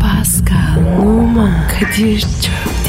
Pascal, Oman, Kadir çok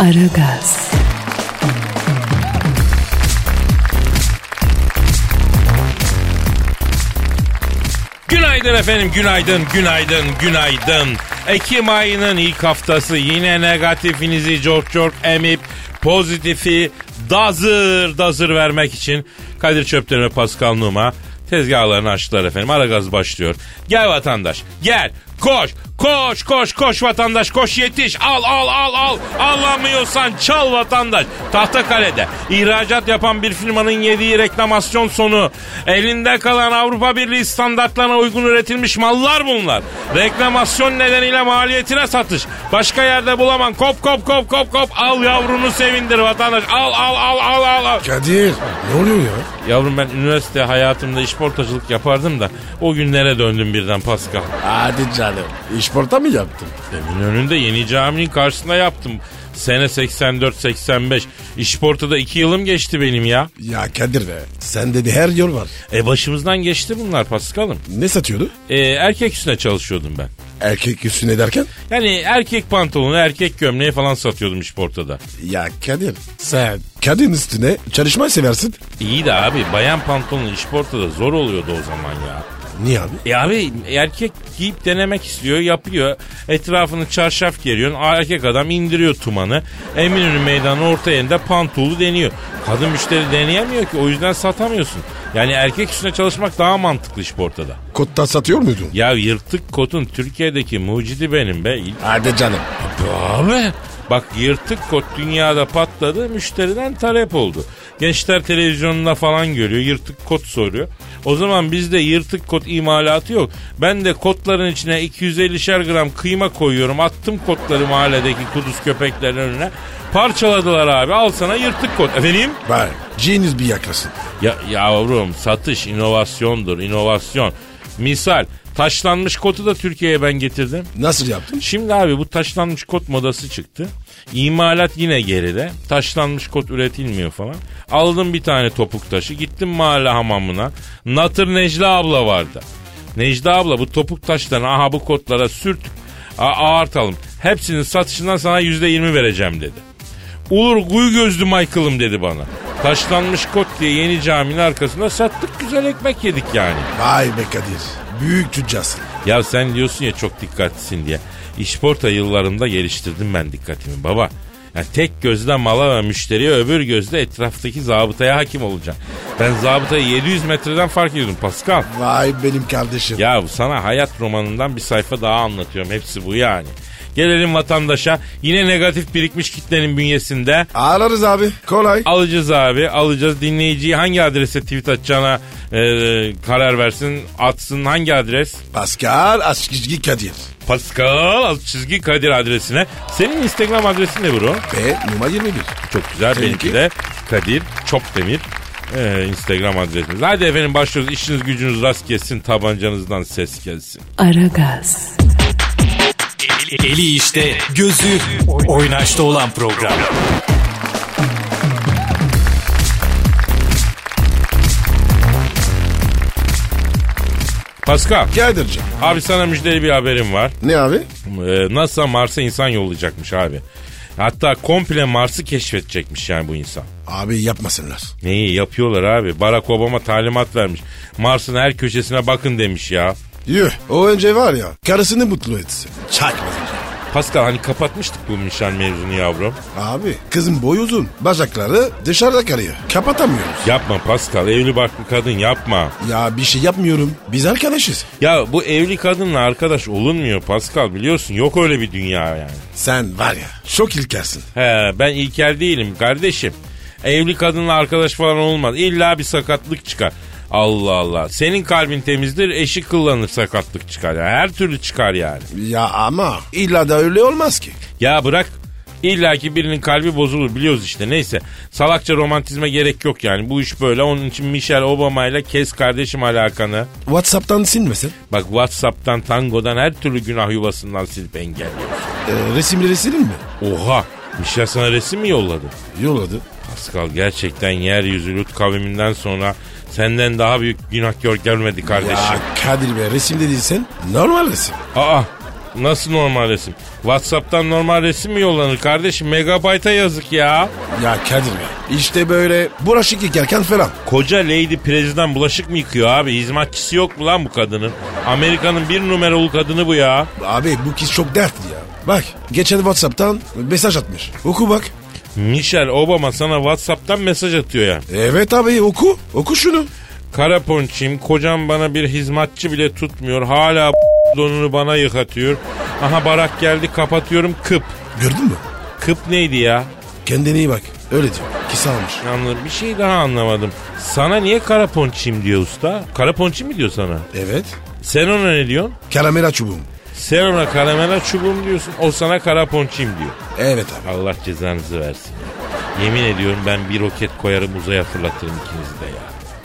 Aragaz, Günaydın efendim, günaydın, günaydın, günaydın. Ekim ayının ilk haftası yine negatifinizi çok çok emip pozitifi dazır dazır vermek için Kadir Çöpten ve Pascal Numa tezgahlarını açtılar efendim. Ara gaz başlıyor. Gel vatandaş, gel, koş, koş, koş, koş vatandaş, koş yetiş, al, al, al, al, alamıyorsan çal vatandaş. Tahtakale'de ihracat yapan bir firmanın yediği reklamasyon sonu. Elinde kalan Avrupa Birliği standartlarına uygun üretilmiş mallar bunlar. Reklamasyon nedeniyle maliyetine satış. Başka yerde bulaman kop kop kop kop kop al yavrunu sevindir vatandaş. Al al al al al. al. Kadir ne oluyor ya? Yavrum ben üniversite hayatımda işportacılık yapardım da o günlere döndüm birden Pascal. Hadi canım. İşporta mı yaptın? Emin önünde yeni caminin karşısında yaptım. Sene 84-85. İşportada iki yılım geçti benim ya. Ya Kadir be. Sende de her yol var. E başımızdan geçti bunlar Paskal'ım. Ne satıyordu? E, erkek üstüne çalışıyordum ben. Erkek üstüne derken? Yani erkek pantolonu, erkek gömleği falan satıyordum işportada. Ya Kadir. Sen kadın üstüne çalışmayı seversin. İyi de abi bayan pantolonu işportada zor oluyordu o zaman ya. Niye abi? E abi erkek giyip denemek istiyor yapıyor. Etrafını çarşaf geriyorsun. Erkek adam indiriyor tumanı. Eminönü meydanı orta yerinde pantolu deniyor. Kadın müşteri deneyemiyor ki o yüzden satamıyorsun. Yani erkek üstüne çalışmak daha mantıklı iş portada. Kotta satıyor muydun? Ya yırtık kotun Türkiye'deki mucidi benim be. Hadi canım. Abi. Bak yırtık kot dünyada patladı müşteriden talep oldu. Gençler televizyonunda falan görüyor yırtık kot soruyor. O zaman bizde yırtık kot imalatı yok. Ben de kotların içine 250'şer gram kıyma koyuyorum. Attım kotları mahalledeki kuduz köpeklerin önüne. Parçaladılar abi al sana yırtık kot. Efendim? Bak genius bir yaklaşım. Ya, yavrum satış inovasyondur inovasyon. Misal taşlanmış kotu da Türkiye'ye ben getirdim. Nasıl yaptın? Şimdi abi bu taşlanmış kot modası çıktı. İmalat yine geride. Taşlanmış kot üretilmiyor falan. Aldım bir tane topuk taşı. Gittim mahalle hamamına. Natır Necla abla vardı. Necla abla bu topuk taşlarını aha bu kotlara sürtüp a- ağartalım. Hepsinin satışından sana yüzde yirmi vereceğim dedi. Olur kuyu gözlü Michael'ım dedi bana. Taşlanmış kot diye yeni caminin arkasında sattık güzel ekmek yedik yani. Vay be Kadir. Büyük tüccarsın. Ya sen diyorsun ya çok dikkatlisin diye. İşporta yıllarımda geliştirdim ben dikkatimi baba. Ya tek gözle mala ve müşteriye öbür gözle etraftaki zabıtaya hakim olacağım. Ben zabıtayı 700 metreden fark ediyordum Pascal. Vay benim kardeşim. Ya sana hayat romanından bir sayfa daha anlatıyorum. Hepsi bu yani. Gelelim vatandaşa. Yine negatif birikmiş kitlenin bünyesinde. Ararız abi. Kolay. Alacağız abi alacağız. Dinleyiciyi hangi adrese tweet atacağına e, karar versin. Atsın hangi adres? Pascal Askizgi Kadir. Pascal alt çizgi Kadir adresine. Senin Instagram adresin ne bro? Ve numara 21. Çok güzel. Seninki? Benimki de Kadir Çopdemir. Ee, Instagram adresimiz. Hadi efendim başlıyoruz. İşiniz gücünüz rast gelsin. Tabancanızdan ses gelsin. Aragaz, Eli işte, gözü oynaşta olan program. Pascal. Kadir'cim. Abi sana müjdeli bir haberim var. Ne abi? Ee, NASA Mars'a insan yollayacakmış abi. Hatta komple Mars'ı keşfedecekmiş yani bu insan. Abi yapmasınlar. Neyi yapıyorlar abi? Barack Obama talimat vermiş. Mars'ın her köşesine bakın demiş ya. Yuh. O önce var ya karısını mutlu etsin. Çakmasın. Pascal hani kapatmıştık bu nişan mevzunu yavrum. Abi kızın boyu uzun. Bacakları dışarıda karıyor. Kapatamıyoruz. Yapma Pascal evli barklı kadın yapma. Ya bir şey yapmıyorum. Biz arkadaşız. Ya bu evli kadınla arkadaş olunmuyor Pascal biliyorsun yok öyle bir dünya yani. Sen var ya çok ilkersin. He ben ilkel değilim kardeşim. Evli kadınla arkadaş falan olmaz. İlla bir sakatlık çıkar. Allah Allah. Senin kalbin temizdir eşi kullanır sakatlık çıkar. ya. Her türlü çıkar yani. Ya ama illa da öyle olmaz ki. Ya bırak İlla ki birinin kalbi bozulur biliyoruz işte neyse. Salakça romantizme gerek yok yani bu iş böyle. Onun için Michelle Obama ile kes kardeşim alakanı. Whatsapp'tan silmesin. Bak Whatsapp'tan, tangodan her türlü günah yuvasından silip engelle. Ee, resimleri silin mi? Oha! Michel sana resim mi yolladı? Yolladı. Pascal gerçekten yeryüzü Lut kavminden sonra senden daha büyük günahkar görmedi kardeşim. Ya Kadir Bey resim değilsen normal resim. Aa! Nasıl normal resim? Whatsapp'tan normal resim mi yollanır kardeşim? Megabayta yazık ya. Ya Kadir Bey işte böyle bulaşık yıkarken falan. Koca Lady Preziden bulaşık mı yıkıyor abi? Hizmetçisi yok mu lan bu kadının? Amerika'nın bir numaralı kadını bu ya. Abi bu kız çok dertli ya. Bak geçen Whatsapp'tan mesaj atmış. Oku bak. Michelle Obama sana Whatsapp'tan mesaj atıyor yani. Evet abi oku. Oku şunu. Kara ponçiyim. Kocam bana bir hizmetçi bile tutmuyor. Hala donunu bana yıkatıyor. Aha barak geldi kapatıyorum kıp. Gördün mü? Kıp neydi ya? Kendine iyi bak. Öyle diyor. Kisa almış. Yalnız bir şey daha anlamadım. Sana niye kara ponçiyim diyor usta? Kara ponçi mi diyor sana? Evet. Sen ona ne diyorsun? Karamela çubuğum. Sen ona karamela çubuğum diyorsun. O sana kara ponçiyim diyor. Evet abi. Allah cezanızı versin. Yemin ediyorum ben bir roket koyarım uzaya fırlatırım ikinizi de ya.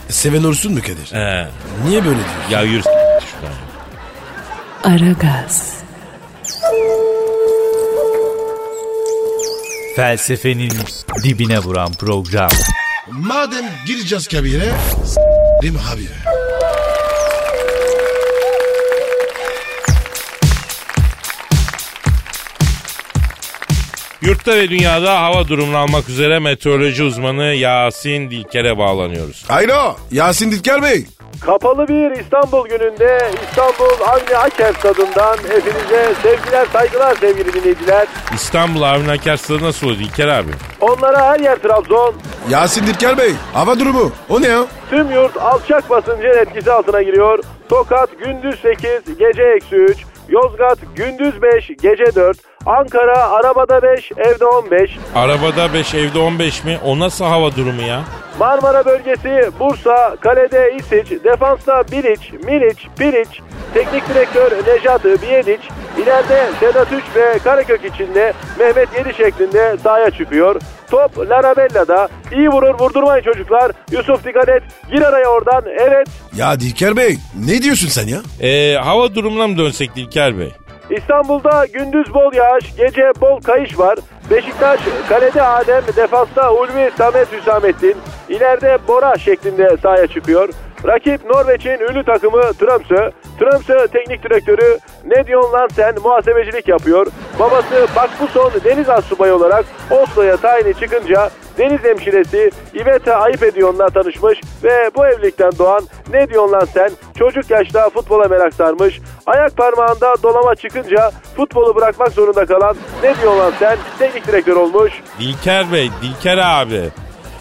Seven olsun mu Kadir? He. Niye böyle diyor? Ya yürü s- şuradan. Aragaz, Felsefenin dibine vuran program. Madem gireceğiz kabire, s**rim habire. Yurtta ve dünyada hava durumunu almak üzere meteoroloji uzmanı Yasin Dilker'e bağlanıyoruz. Hayro, Yasin Ditker Bey. Kapalı bir İstanbul gününde İstanbul Avni Aker stadından hepinize sevgiler saygılar sevgili dinleyiciler. İstanbul Avni Aker Stadı nasıl oldu Dilker abi? Onlara her yer Trabzon. Yasin Ditker Bey, hava durumu. O ne ya? Tüm yurt alçak basıncın etkisi altına giriyor. Tokat gündüz 8, gece eksi 3. Yozgat gündüz 5, gece 4. Ankara arabada 5, evde 15. Arabada 5 evde 15 mi? O nasıl hava durumu ya? Marmara bölgesi Bursa, kalede İsiç, defansta Bilic, Milic, Piric, teknik direktör Nejat Biyedic, ileride Sedat Üç ve Karakök içinde Mehmet Yedi şeklinde sahaya çıkıyor. Top Larabella'da. İyi vurur vurdurmayın çocuklar. Yusuf dikkat et. Gir araya oradan. Evet. Ya Dilker Bey, ne diyorsun sen ya? Ee, hava durumuna mı dönsek Dilker Bey? İstanbul'da gündüz bol yağış, gece bol kayış var. Beşiktaş kalede Adem, defansta Ulvi Samet Hüsamettin, ileride Bora şeklinde sahaya çıkıyor. Rakip Norveç'in ünlü takımı Tromsø. Tromsø teknik direktörü Nedion Lansen muhasebecilik yapıyor. Babası Bakbuson deniz astsubayı olarak Oslo'ya tayini çıkınca deniz hemşiresi Iveta Ayıp Edion'la tanışmış ve bu evlilikten doğan ne diyorsun lan sen çocuk yaşta futbola merak sarmış. Ayak parmağında dolama çıkınca futbolu bırakmak zorunda kalan ne diyorsun lan sen teknik direktör olmuş. Dilker Bey, Dilker abi.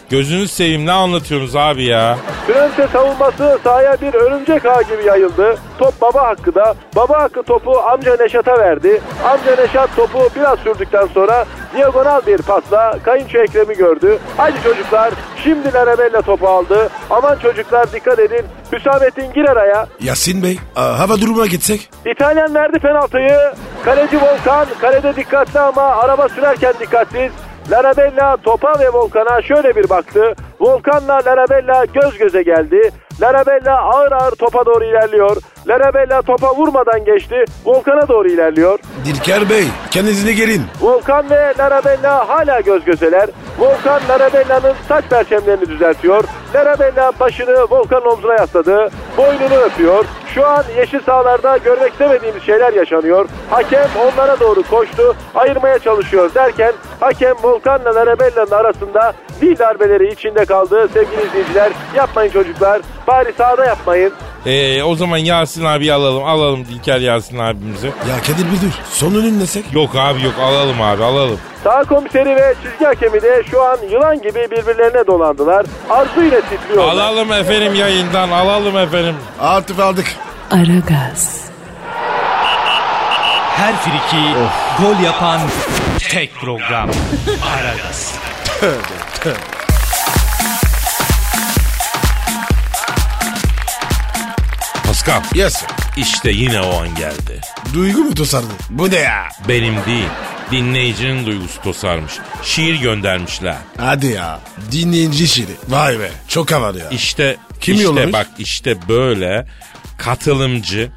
Gözünü seveyim ne anlatıyorsunuz abi ya? Trente savunması sahaya bir örümcek ağı gibi yayıldı. Top baba hakkı da. Baba hakkı topu amca Neşat'a verdi. Amca Neşat topu biraz sürdükten sonra diagonal bir pasla kayınço Ekrem'i gördü. Haydi çocuklar şimdi Larabella topu aldı. Aman çocuklar dikkat edin. Hüsamettin gir araya. Yasin Bey, a, hava durumuna gitsek? İtalyan verdi penaltıyı. Kaleci Volkan kalede dikkatli ama araba sürerken dikkatsiz. Larabella topa ve Volkan'a şöyle bir baktı. Volkan'la Larabella göz göze geldi. Larabella ağır ağır topa doğru ilerliyor. Larabella topa vurmadan geçti. Volkan'a doğru ilerliyor. Dilker Bey, kendinize gelin. Volkan ve Larabella hala göz gözeler. Volkan Larabella'nın saç perçemlerini düzeltiyor. Larabella başını Volkan'ın omzuna yasladı. Boynunu öpüyor. Şu an yeşil sahalarda görmek istemediğimiz şeyler yaşanıyor. Hakem onlara doğru koştu. Ayırmaya çalışıyor derken hakem Volkan'la Larabella'nın arasında dil darbeleri içinde kaldı. Sevgili izleyiciler yapmayın çocuklar. Bari sahada yapmayın. Ee, o zaman Yasin abi alalım. Alalım Dilker Yasin abimizi. Ya Kadir bir dur, sonunu inlesek? Yok abi yok alalım abi alalım. Sağ komiseri ve çizgi hakemi de şu an yılan gibi birbirlerine dolandılar. Arzuyla titriyorlar. Alalım efendim yayından alalım efendim. Artık aldık. Aragaz, Her friki gol yapan tek program. Aragaz. Pascal. Yes sir. İşte yine o an geldi. Duygu mu tosardı? Bu ne ya? Benim değil, dinleyicinin duygusu tosarmış. Şiir göndermişler. Hadi ya. Dinleyici şiiri. Vay be. Çok havalı ya. İşte Kim işte yollamış? bak işte böyle katılımcı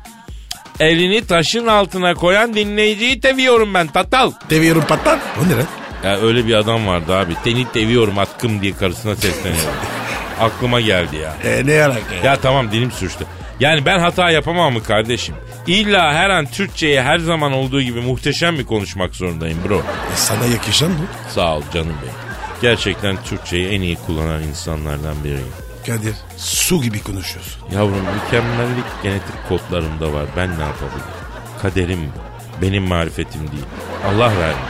elini taşın altına koyan dinleyiciyi seviyorum ben tatal. Deviyorum patlar. O ne lan? Ya öyle bir adam vardı abi. Seni seviyorum atkım diye karısına sesleniyor. Aklıma geldi ya. E ne yarak ya? Ya tamam dilim sürçtü. Yani ben hata yapamam mı kardeşim? İlla her an Türkçeyi her zaman olduğu gibi muhteşem mi konuşmak zorundayım bro? E, sana yakışan mı? Sağ ol canım benim. Gerçekten Türkçeyi en iyi kullanan insanlardan biriyim. Kadir su gibi konuşuyorsun. Yavrum mükemmellik genetik kodlarımda var. Ben ne yapabilirim? Kaderim bu. Benim marifetim değil. Allah vermiş.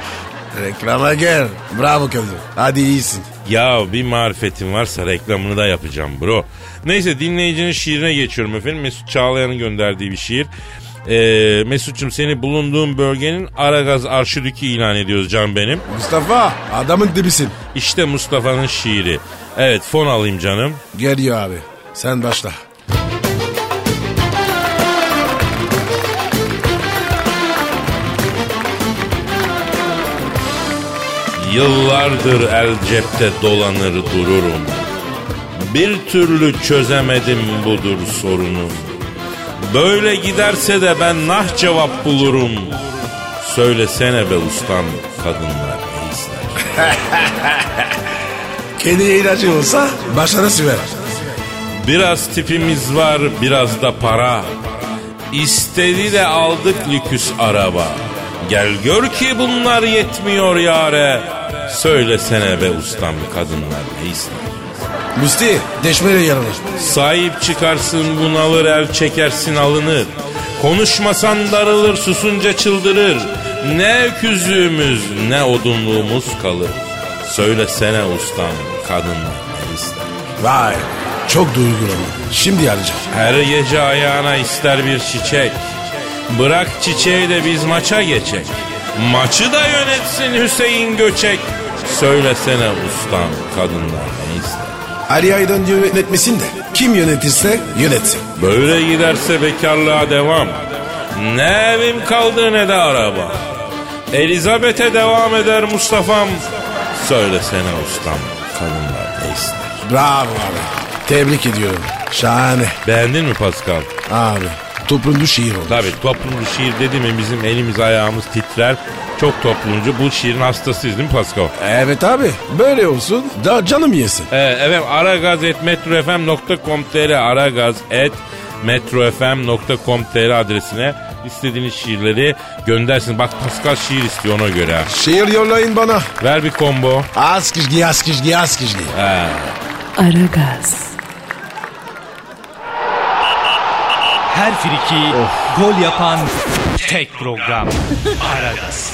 Reklama gel. Bravo Kadir. Hadi iyisin. Ya bir marifetim varsa reklamını da yapacağım bro. Neyse dinleyicinin şiirine geçiyorum efendim. Mesut Çağlayan'ın gönderdiği bir şiir. Ee, Mesut'cum seni bulunduğun bölgenin Aragaz Arşidük'ü ilan ediyoruz can benim. Mustafa adamın dibisin. İşte Mustafa'nın şiiri. Evet fon alayım canım. Geliyor abi. Sen başla. Yıllardır el cepte dolanır dururum. Bir türlü çözemedim budur sorunu. Böyle giderse de ben nah cevap bulurum. Söylesene be ustam kadınlar ne ister? Kendi ilacı olsa başına sürer. Biraz tipimiz var biraz da para. İstedi de aldık lüküs araba. Gel gör ki bunlar yetmiyor yare. Söylesene be ustam kadınlar ne ister? Musti deşmeyle yaralar. Sahip çıkarsın bunalır el çekersin alınır. Konuşmasan darılır susunca çıldırır. Ne öküzlüğümüz ne odunluğumuz kalır. Söylesene ustam kadın ne ister. Vay çok duygulandım. Şimdi arayacağım. Her gece ayağına ister bir çiçek. Bırak çiçeği de biz maça geçek. Maçı da yönetsin Hüseyin Göçek. Söylesene ustam kadınlar ne ister. Ali Aydan yönetmesin de kim yönetirse yönetsin. Böyle giderse bekarlığa devam. Ne evim kaldı ne de araba. Elizabeth'e devam eder Mustafa'm. Söylesene ustam kadınlar ne ister? Bravo abi. Tebrik ediyorum. Şahane. Beğendin mi Pascal? Abi toplumlu şiir oldu. Tabii toplumcu şiir dedi mi bizim elimiz ayağımız titrer. Çok toplumcu bu şiirin hastasıyız değil mi Pascal? Evet abi böyle olsun. Da canım yesin. Ee, evet aragaz.metrofm.com.tr aragaz.metrofm.com.tr adresine istediğiniz şiirleri göndersin. Bak Pascal şiir istiyor ona göre. ha. Şiir yollayın bana. Ver bir combo. Az kişgi az kişgi az kişgi. Aragaz, Her friki gol yapan tek program. Aragaz.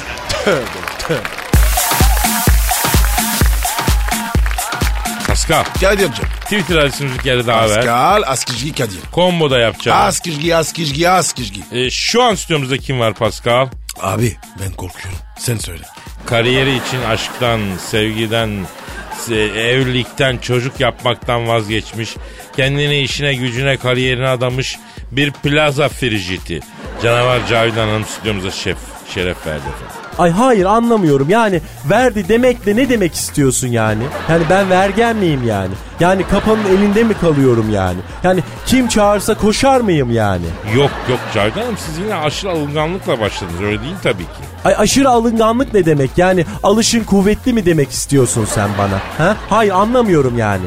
Pascal. Kadir'cim. Twitter adresimizi bir kere daha ver. Pascal az kişgi Kadir. Combo da yapacağız. Az kişgi az kişgi az kişgi. Ee, şu an stüdyomuzda kim var Pascal? Abi ben korkuyorum. Sen söyle. Kariyeri için aşktan, sevgiden, se- evlilikten, çocuk yapmaktan vazgeçmiş. Kendini işine, gücüne, kariyerine adamış bir plaza frijiti. Canavar Cavidan Hanım stüdyomuza şef, şeref verdi efendim. Ay hayır anlamıyorum yani verdi demekle ne demek istiyorsun yani? Yani ben vergen miyim yani? Yani kapanın elinde mi kalıyorum yani? Yani kim çağırsa koşar mıyım yani? Yok yok Cavidan Hanım siz yine aşırı alınganlıkla başladınız öyle değil tabii ki. Ay aşırı alınganlık ne demek yani alışın kuvvetli mi demek istiyorsun sen bana? Ha? Hayır anlamıyorum yani.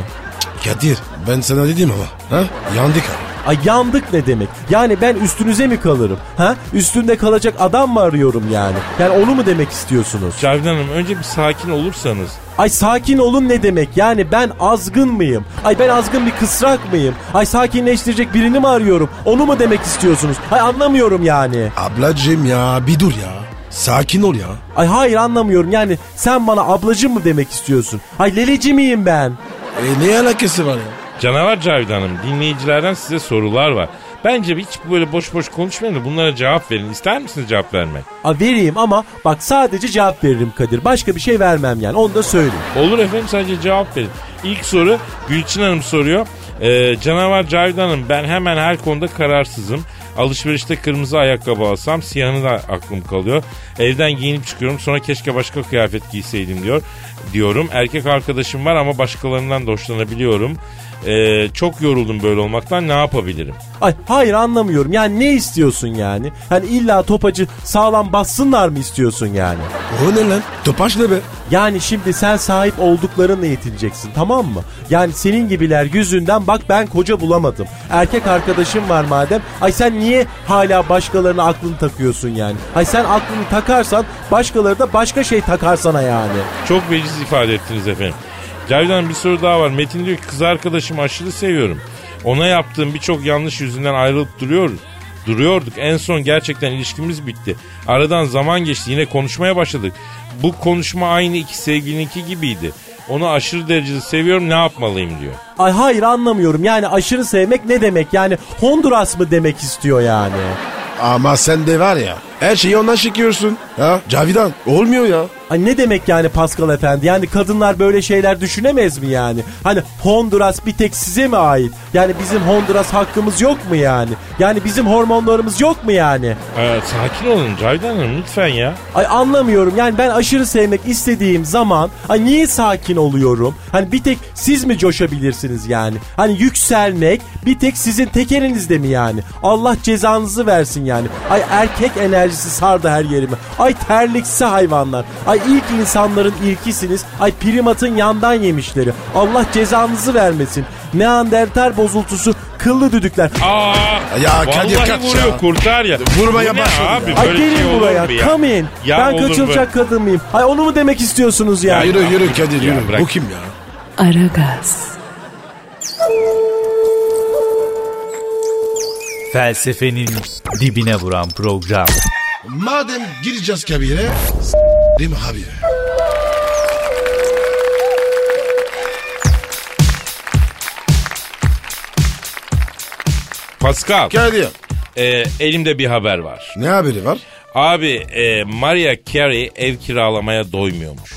Kadir ben sana dedim ama. Ha? Yandık abi. Ay yandık ne demek? Yani ben üstünüze mi kalırım? Ha? Üstünde kalacak adam mı arıyorum yani? Yani onu mu demek istiyorsunuz? Cavidan Hanım önce bir sakin olursanız Ay sakin olun ne demek? Yani ben azgın mıyım? Ay ben azgın bir kısrak mıyım? Ay sakinleştirecek birini mi arıyorum? Onu mu demek istiyorsunuz? Ay anlamıyorum yani. Ablacım ya bir dur ya. Sakin ol ya. Ay hayır anlamıyorum yani sen bana ablacım mı demek istiyorsun? Ay leleci miyim ben? E ne alakası var ya? Canavar Cavidan Hanım dinleyicilerden size sorular var. Bence hiç böyle boş boş konuşmayın da bunlara cevap verin. İster misiniz cevap vermek? Ay vereyim ama bak sadece cevap veririm Kadir. Başka bir şey vermem yani onu da söyleyeyim. Olur efendim sadece cevap verin. İlk soru Gülçin Hanım soruyor. Ee, canavar Cavidan'ım ben hemen her konuda kararsızım. Alışverişte kırmızı ayakkabı alsam siyahını da aklım kalıyor. Evden giyinip çıkıyorum sonra keşke başka kıyafet giyseydim diyor. Diyorum erkek arkadaşım var ama başkalarından da hoşlanabiliyorum. Ee, çok yoruldum böyle olmaktan ne yapabilirim? Ay hayır anlamıyorum. Yani ne istiyorsun yani? Hani illa topacı sağlam bassınlar mı istiyorsun yani? O ne lan? Topaç ne be? Yani şimdi sen sahip olduklarınla yetineceksin tamam mı? Yani senin gibiler yüzünden bak ben koca bulamadım. Erkek arkadaşım var madem. Ay sen niye hala başkalarına aklını takıyorsun yani? Ay sen aklını takarsan başkaları da başka şey takar sana yani. Çok veciz ifade ettiniz efendim. Cavidan bir soru daha var. Metin diyor ki kız arkadaşımı aşırı seviyorum. Ona yaptığım birçok yanlış yüzünden ayrılıp duruyoruz. Duruyorduk. En son gerçekten ilişkimiz bitti. Aradan zaman geçti. Yine konuşmaya başladık. Bu konuşma aynı iki sevgilinki gibiydi. Onu aşırı derecede seviyorum ne yapmalıyım diyor. Ay hayır anlamıyorum. Yani aşırı sevmek ne demek? Yani Honduras mı demek istiyor yani? Ama sen de var ya her şeyi ondan çekiyorsun. Ha Cavidan olmuyor ya. Ay ne demek yani Pascal Efendi? Yani kadınlar böyle şeyler düşünemez mi yani? Hani Honduras bir tek size mi ait? Yani bizim Honduras hakkımız yok mu yani? Yani bizim hormonlarımız yok mu yani? Ee, sakin olun Cavidan Hanım lütfen ya. Ay anlamıyorum yani ben aşırı sevmek istediğim zaman ay niye sakin oluyorum? Hani bir tek siz mi coşabilirsiniz yani? Hani yükselmek bir tek sizin tekerinizde mi yani? Allah cezanızı versin yani. Ay erkek enerjisi sardı her yerimi. Ay terliksi hayvanlar. Ay ilk insanların ilkisiniz. Ay primatın yandan yemişleri. Allah cezanızı vermesin. Neandertal bozultusu kıllı düdükler. Aa, Ya Kadir vallahi kaç vuruyor ya. kurtar ya. Vurmaya Bu ne başladı abi ya. Ay böyle şey gelin olur buraya. mu ya? Come in. Ya ben olur mu? kaçılacak kadın mıyım? Ay onu mu demek istiyorsunuz yani? Yürü yürü Kadir Ya yürü. bırak. Bu kim ya? Aragaz, Felsefenin dibine vuran program. Madem gireceğiz kabire değil mi abi? Pascal Kadir e, elimde bir haber var. ne haberi var? Abi e, Maria Carey ev kiralamaya doymuyormuş.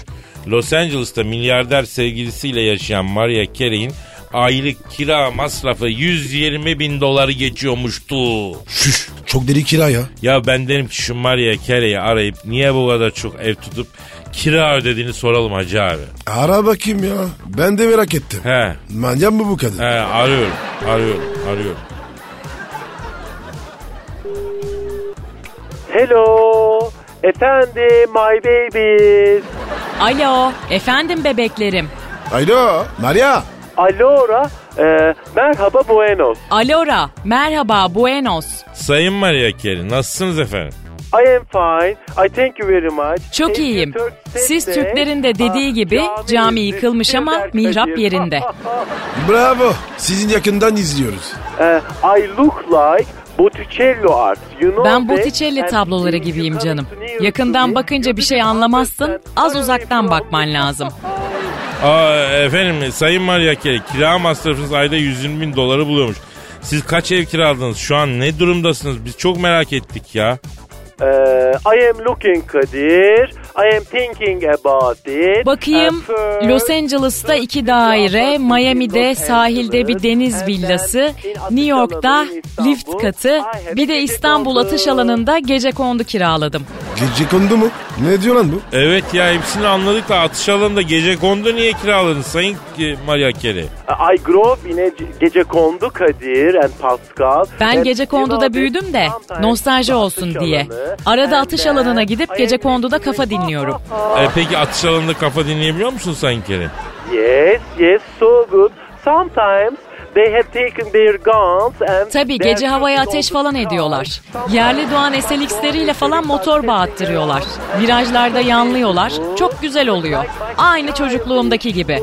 Los Angeles'ta milyarder sevgilisiyle yaşayan Maria Carey'in aylık kira masrafı 120 bin doları geçiyormuştu. Şüş çok deli kira ya. Ya ben derim ki şu Maria Carey'i arayıp niye bu kadar çok ev tutup kira ödediğini soralım hacı abi. Ara bakayım ya. Ben de merak ettim. He, Manyak mı bu kadın? he arıyorum, arıyorum, arıyorum. Hello. Efendim my babies. Alo, efendim bebeklerim. Alo Maria. Allora. e, merhaba buenos. Alora, merhaba, buenos. Sayın Maria Carey nasılsınız efendim? I am fine. I thank you very much. Çok iyiyim. Siz Türklerin de dediği gibi cami yıkılmış ama mihrap yerinde. Bravo. Sizin yakından izliyoruz. Eh, I look like Botticelli art. You know Ben that- Botticelli tabloları gibiyim canım. And Yakından bakınca bir şey anlamazsın, az uzaktan bakman lazım. Aa, efendim Sayın Maria Carey kira masrafınız ayda 120 bin doları buluyormuş. Siz kaç ev kiraladınız? Şu an ne durumdasınız? Biz çok merak ettik ya. Eh, I am looking Kadir. I am thinking about it. Bakayım, And first- Los Angeles'ta iki daire, Miami'de sahilde bir deniz villası, New York'ta lift katı, bir de İstanbul atış alanında gece kondu kiraladım. Gece kondu mu? Ne diyor lan bu? Evet ya hepsini anladık da atış alanında gece kondu niye kiraladınız Sayın e, Maria Carey? I grow up in a gece kondu Kadir and Pascal. Ben And gece you know konduda büyüdüm de this sometimes nostalji olsun atış diye. alanı. Arada And atış then alanına I gidip am gece konduda listening- kafa dinliyorum. E, peki atış alanında kafa dinleyebiliyor musun Sayın Carey? Yes, yes, so good. Sometimes they have taken their guns and Tabii they gece are havaya shooting ateş on the falan sky. ediyorlar. Sometimes Yerli Doğan SLX'leriyle falan motor bağıttırıyorlar. Virajlarda yanlıyorlar. Çok güzel oluyor. Aynı çocukluğumdaki gibi.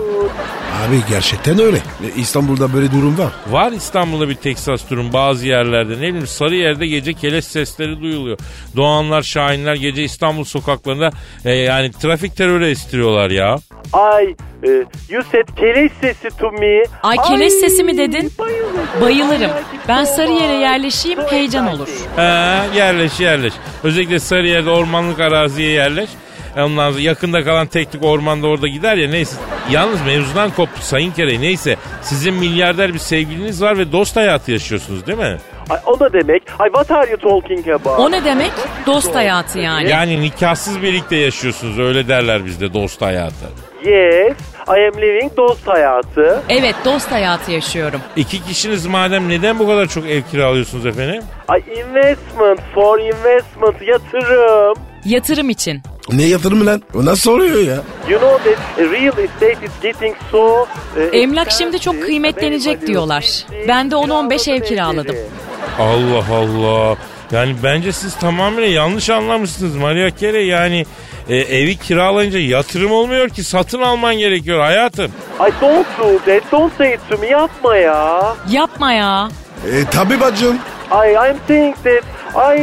Abi gerçekten öyle. E, İstanbul'da böyle durum var. Var İstanbul'da bir Teksas durum bazı yerlerde ne bileyim Sarıyer'de gece keleş sesleri duyuluyor. Doğanlar, Şahinler gece İstanbul sokaklarında e, yani trafik terörü estiriyorlar ya. Ay, e, you said keleş sesi to me. Ay, keleş sesi mi dedin? bayılırım. Bayılırım. Ben Sarıyer'e Ay, yerleşeyim, so heyecan exciting. olur. Ha, yerleş yerleş. Özellikle Sarıyer'de ormanlık araziye yerleş. Ondan sonra yakında kalan teknik ormanda orada gider ya neyse. Yalnız mevzudan koptu Sayın Kerey neyse. Sizin milyarder bir sevgiliniz var ve dost hayatı yaşıyorsunuz değil mi? Ay, o da demek. Ay what are you talking about? O ne demek? Dost hayatı yani. Yani nikahsız birlikte yaşıyorsunuz öyle derler bizde dost hayatı. Yes. I am living dost hayatı. Evet dost hayatı yaşıyorum. İki kişiniz madem neden bu kadar çok ev kiralıyorsunuz efendim? Ay investment for investment yatırım. Yatırım için. Ne yatırım lan? O nasıl oluyor ya? You know that real estate is getting so... e, Emlak şimdi çok expensive. kıymetlenecek diyorlar. Ben de 10-15 ev kiraladım. Allah Allah. Yani bence siz tamamen yanlış anlamışsınız Maria Carey. Yani e, evi kiralayınca yatırım olmuyor ki satın alman gerekiyor hayatım. Ay don't do that, don't say it to me, yapma ya. Yapma ya. E tabi bacım. I, I'm saying that I,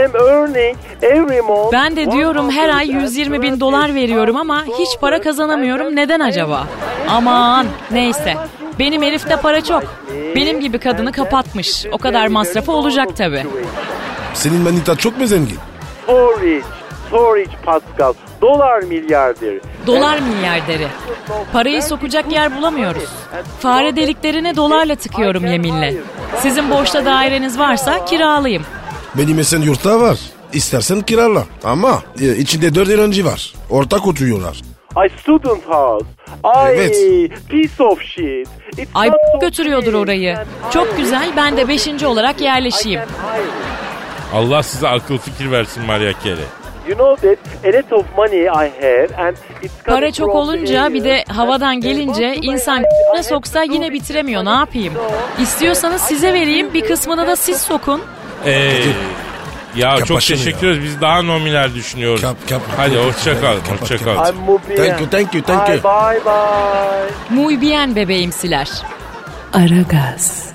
I am earning every month. Ben de diyorum her ay 120 bin dolar veriyorum ama hiç para kazanamıyorum. Neden acaba? Aman neyse. Benim herifte para çok. Benim gibi kadını kapatmış. O kadar masrafı olacak tabii. Senin manita çok mu zengin? Storage, storage Pascal. Dolar milyarderi. Dolar milyarderi. Parayı sokacak yer bulamıyoruz. Fare deliklerine dolarla tıkıyorum yeminle. Sizin boşta daireniz varsa kiralayayım. Benim esen yurtta var. İstersen kirala. Ama e, içinde dört öğrenci var. Ortak oturuyorlar. Ay student house. Ay Evet. piece of shit. It's Ay not so götürüyordur cheap. orayı. And I- Çok güzel ben de beşinci olarak yerleşeyim. I can hire. Allah size akıl fikir versin Maria Carey. You know that a lot of money I have and it's coming Para çok from olunca the bir de area. havadan And gelince what do I insan have to do? ne soksa yine bitiremiyor ne yapayım. İstiyorsanız size vereyim bir kısmını da siz sokun. Ee, ya Kapaşın çok teşekkür ederiz. Biz daha nominal düşünüyoruz. Kap, kap. Hadi hoşça kal, Kapat, hoşça kapat. kal. I'm Mubia. Thank you, thank you, thank you. Bye bye bye. Muy bien bebeğimsiler. Aragaz,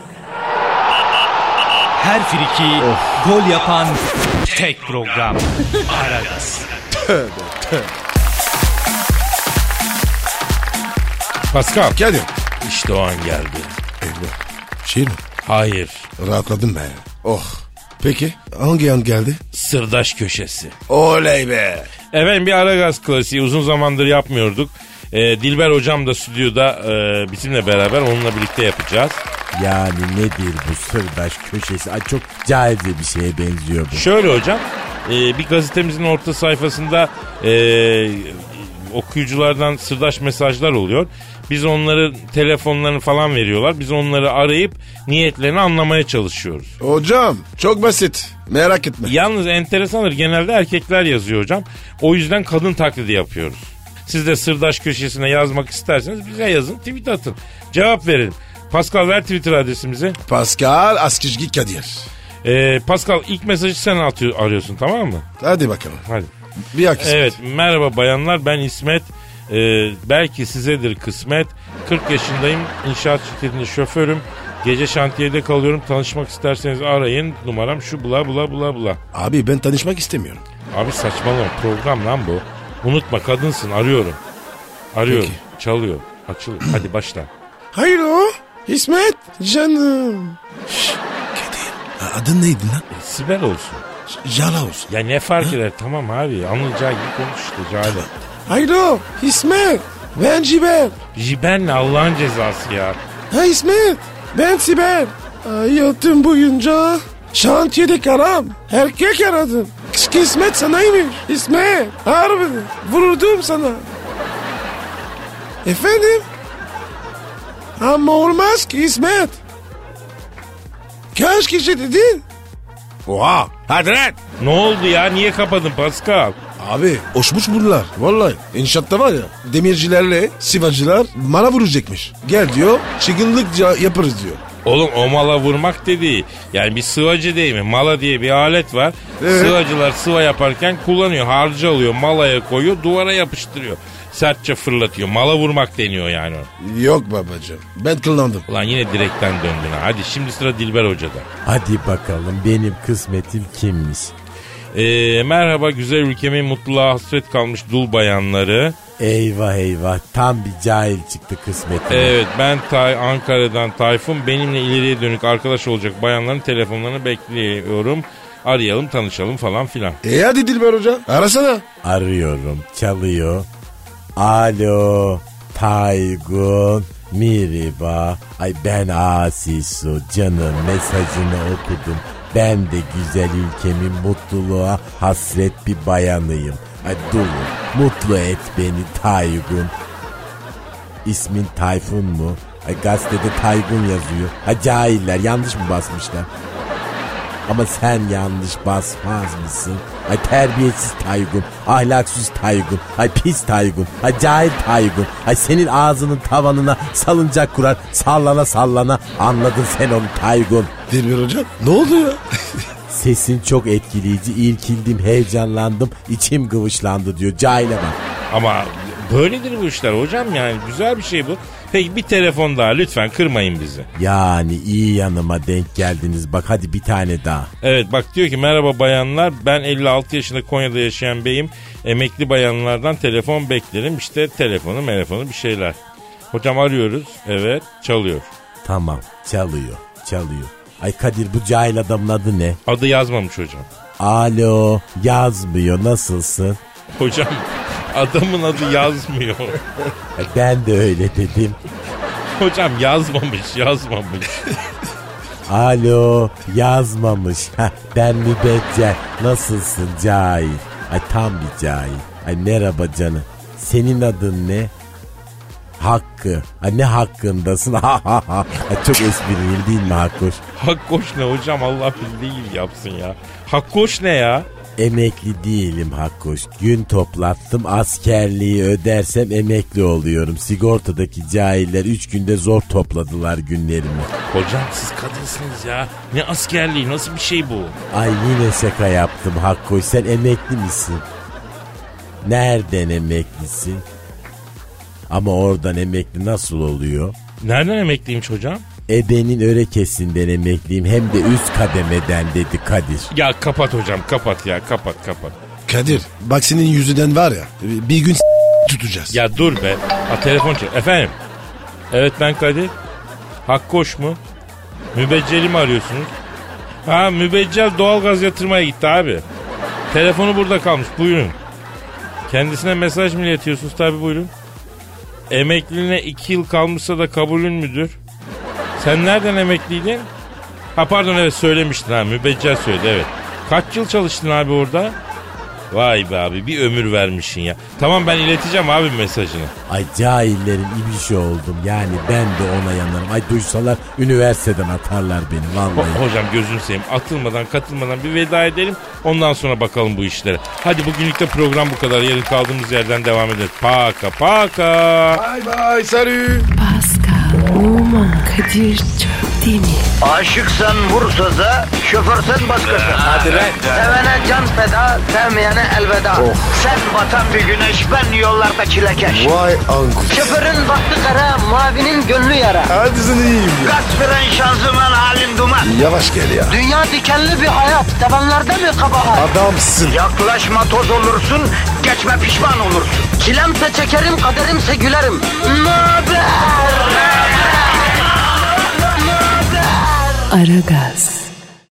Her friki gol yapan tek program. Aragaz. Pascal. Kadir. İşte o an geldi. Eyvah. Şiir mi? Hayır. Rahatladım ben. Oh. Peki hangi an geldi? Sırdaş köşesi. Oley be. Efendim bir Aragaz klasiği uzun zamandır yapmıyorduk. Ee, Dilber hocam da stüdyoda e, bizimle beraber onunla birlikte yapacağız. Yani nedir bu sırdaş köşesi? Ay çok cahil bir şeye benziyor bu. Şöyle hocam e, bir gazetemizin orta sayfasında e, okuyuculardan sırdaş mesajlar oluyor. Biz onları telefonlarını falan veriyorlar. Biz onları arayıp niyetlerini anlamaya çalışıyoruz. Hocam çok basit. Merak etme. Yalnız enteresandır genelde erkekler yazıyor hocam. O yüzden kadın taklidi yapıyoruz. Siz de sırdaş köşesine yazmak isterseniz bize yazın tweet atın. Cevap verin. Pascal ver Twitter adresimizi. Pascal Askizgi Kadir. Ee, Pascal ilk mesajı sen atıyor, arıyorsun tamam mı? Hadi bakalım. Hadi. Bir akış. Evet merhaba bayanlar ben İsmet. Ee, belki sizedir kısmet. 40 yaşındayım inşaat şirketinde şoförüm. Gece şantiyede kalıyorum tanışmak isterseniz arayın. Numaram şu bla bla bla bla. Abi ben tanışmak istemiyorum. Abi saçmalama program lan bu. Unutma kadınsın arıyorum. Arıyorum. Çalıyor. Açılıyor. Hadi başla. Hayro. İsmet. Canım. Kadir. Adın neydi lan? E, Sibel olsun. Yala olsun. Ya ne fark eder tamam abi. Anlayacağı gibi konuş işte Cale. Hayro. İsmet. Ben Ciber. Jiben ne Allah'ın cezası ya. Ha İsmet. Ben Sibel. Hayatım boyunca şantiyede karam. Erkek aradım. İsmet sanaymış. İsmet. Harbi. Vururdum sana. Efendim? Ama olmaz ki İsmet. Kaç kişi dedin? Oha. Hadi lan. Ne oldu ya niye kapadın Pascal? Abi hoşmuş bunlar. Vallahi inşaatta var ya demircilerle sivacılar mala vuracakmış. Gel diyor çılgınlık ca- yaparız diyor. Oğlum o mala vurmak dediği yani bir sıvacı değil mi? Mala diye bir alet var. Evet. Sıvacılar sıva yaparken kullanıyor. Harcı alıyor malaya koyuyor duvara yapıştırıyor. Sertçe fırlatıyor. Mala vurmak deniyor yani. Yok babacığım ben kullandım. Ulan yine direkten döndün ha. Hadi şimdi sıra Dilber Hoca'da. Hadi bakalım benim kısmetim kimmiş? Ee, merhaba güzel ülkemin mutluluğa hasret kalmış dul bayanları. Eyvah eyvah tam bir cahil çıktı kısmetim. Evet ben Tay Ankara'dan Tayfun. Benimle ileriye dönük arkadaş olacak bayanların telefonlarını bekliyorum. Arayalım tanışalım falan filan. E hadi Dilber Hoca arasana. Arıyorum çalıyor. Alo Taygun Miriba. Ay ben Asisu canım mesajını okudum. Ben de güzel ülkemin mutluluğa hasret bir bayanıyım. Ay dur mutlu et beni Taygun. İsmin Tayfun mu? Ay gazetede Taygun yazıyor. Ha cahiller yanlış mı basmışlar? Ama sen yanlış basmaz mısın? Ay terbiyesiz Taygun, ahlaksız Taygun, ay pis Taygun, ay cahil Taygun. Ay senin ağzının tavanına salıncak kurar, sallana sallana anladın sen onu Taygun. Dilber Hoca ne oldu ya? Sesin çok etkileyici, irkildim, heyecanlandım, içim kıvışlandı diyor. Cahile bak. Ama böyledir bu işler hocam yani güzel bir şey bu. Peki bir telefon daha lütfen kırmayın bizi. Yani iyi yanıma denk geldiniz. Bak hadi bir tane daha. Evet bak diyor ki merhaba bayanlar ben 56 yaşında Konya'da yaşayan beyim. Emekli bayanlardan telefon beklerim işte telefonu telefonu bir şeyler. Hocam arıyoruz evet çalıyor. Tamam çalıyor çalıyor. Ay Kadir bu cahil adamın adı ne? Adı yazmamış hocam. Alo yazmıyor nasılsın? Hocam adamın adı yazmıyor. Ay, Ben de öyle dedim. Hocam yazmamış yazmamış. Alo yazmamış. Heh, ben mübeccel. Nasılsın cahil? Ay tam bir cahil. Ay merhaba canım. Senin adın ne? Hakkı. Ay ne hakkındasın? Ha ha ha. Ay, Çok esprili değil mi Hakkoş? Hakkoş ne hocam Allah bildiği gibi yapsın ya. Hakkoş ne ya? Emekli değilim Hakkoş. Gün toplattım askerliği ödersem emekli oluyorum. Sigortadaki cahiller 3 günde zor topladılar günlerimi. Hocam siz kadınsınız ya. Ne askerliği nasıl bir şey bu? Ay yine şaka yaptım Hakkoş sen emekli misin? Nereden emeklisin? Ama oradan emekli nasıl oluyor? Nereden emekliymiş hocam? Ebenin örekesinden emekliyim hem de üst kademeden dedi Kadir. Ya kapat hocam kapat ya kapat kapat. Kadir bak senin yüzünden var ya bir gün s- tutacağız. Ya dur be. Ha, telefon çal. Efendim. Evet ben Kadir. Hakkoş mu? Mübecceli mi arıyorsunuz? Ha mübeccel doğalgaz yatırmaya gitti abi. Telefonu burada kalmış buyurun. Kendisine mesaj mı iletiyorsunuz tabi buyurun. Emekliliğine iki yıl kalmışsa da kabulün müdür? Sen nereden emekliydin? Ha pardon evet söylemiştin ha mübeccel söyledi evet. Kaç yıl çalıştın abi orada? Vay be abi bir ömür vermişsin ya. Tamam ben ileteceğim abi mesajını. Ay cahillerin ibişi oldum yani ben de ona yanarım. Ay duysalar üniversiteden atarlar beni Ho- vallahi. hocam gözünü seveyim atılmadan katılmadan bir veda edelim. Ondan sonra bakalım bu işlere. Hadi bugünlük de program bu kadar. Yarın kaldığımız yerden devam ederiz. Paka paka. Bay bay sarı. Pascal, Oman, Kadir çok değil mi? Aşıksan vursa da, şoförsen başkasın. Hadi Sevene can feda, sevmeyene elveda. Sen batan bir güneş, ben yollarda çilekeş. Vay anku. Şoförün baktı kara, mavinin gönlü yara. Hadi sen iyiyim ya. Kasperen şanzıman halin duman. Yavaş gel ya. Dünya dikenli bir hayat, sevenlerde mi kabahar? Adamsın. Yaklaşma toz olursun, geçme pişman olursun. Çilemse çekerim, kaderimse gülerim. Möber! Aragaz.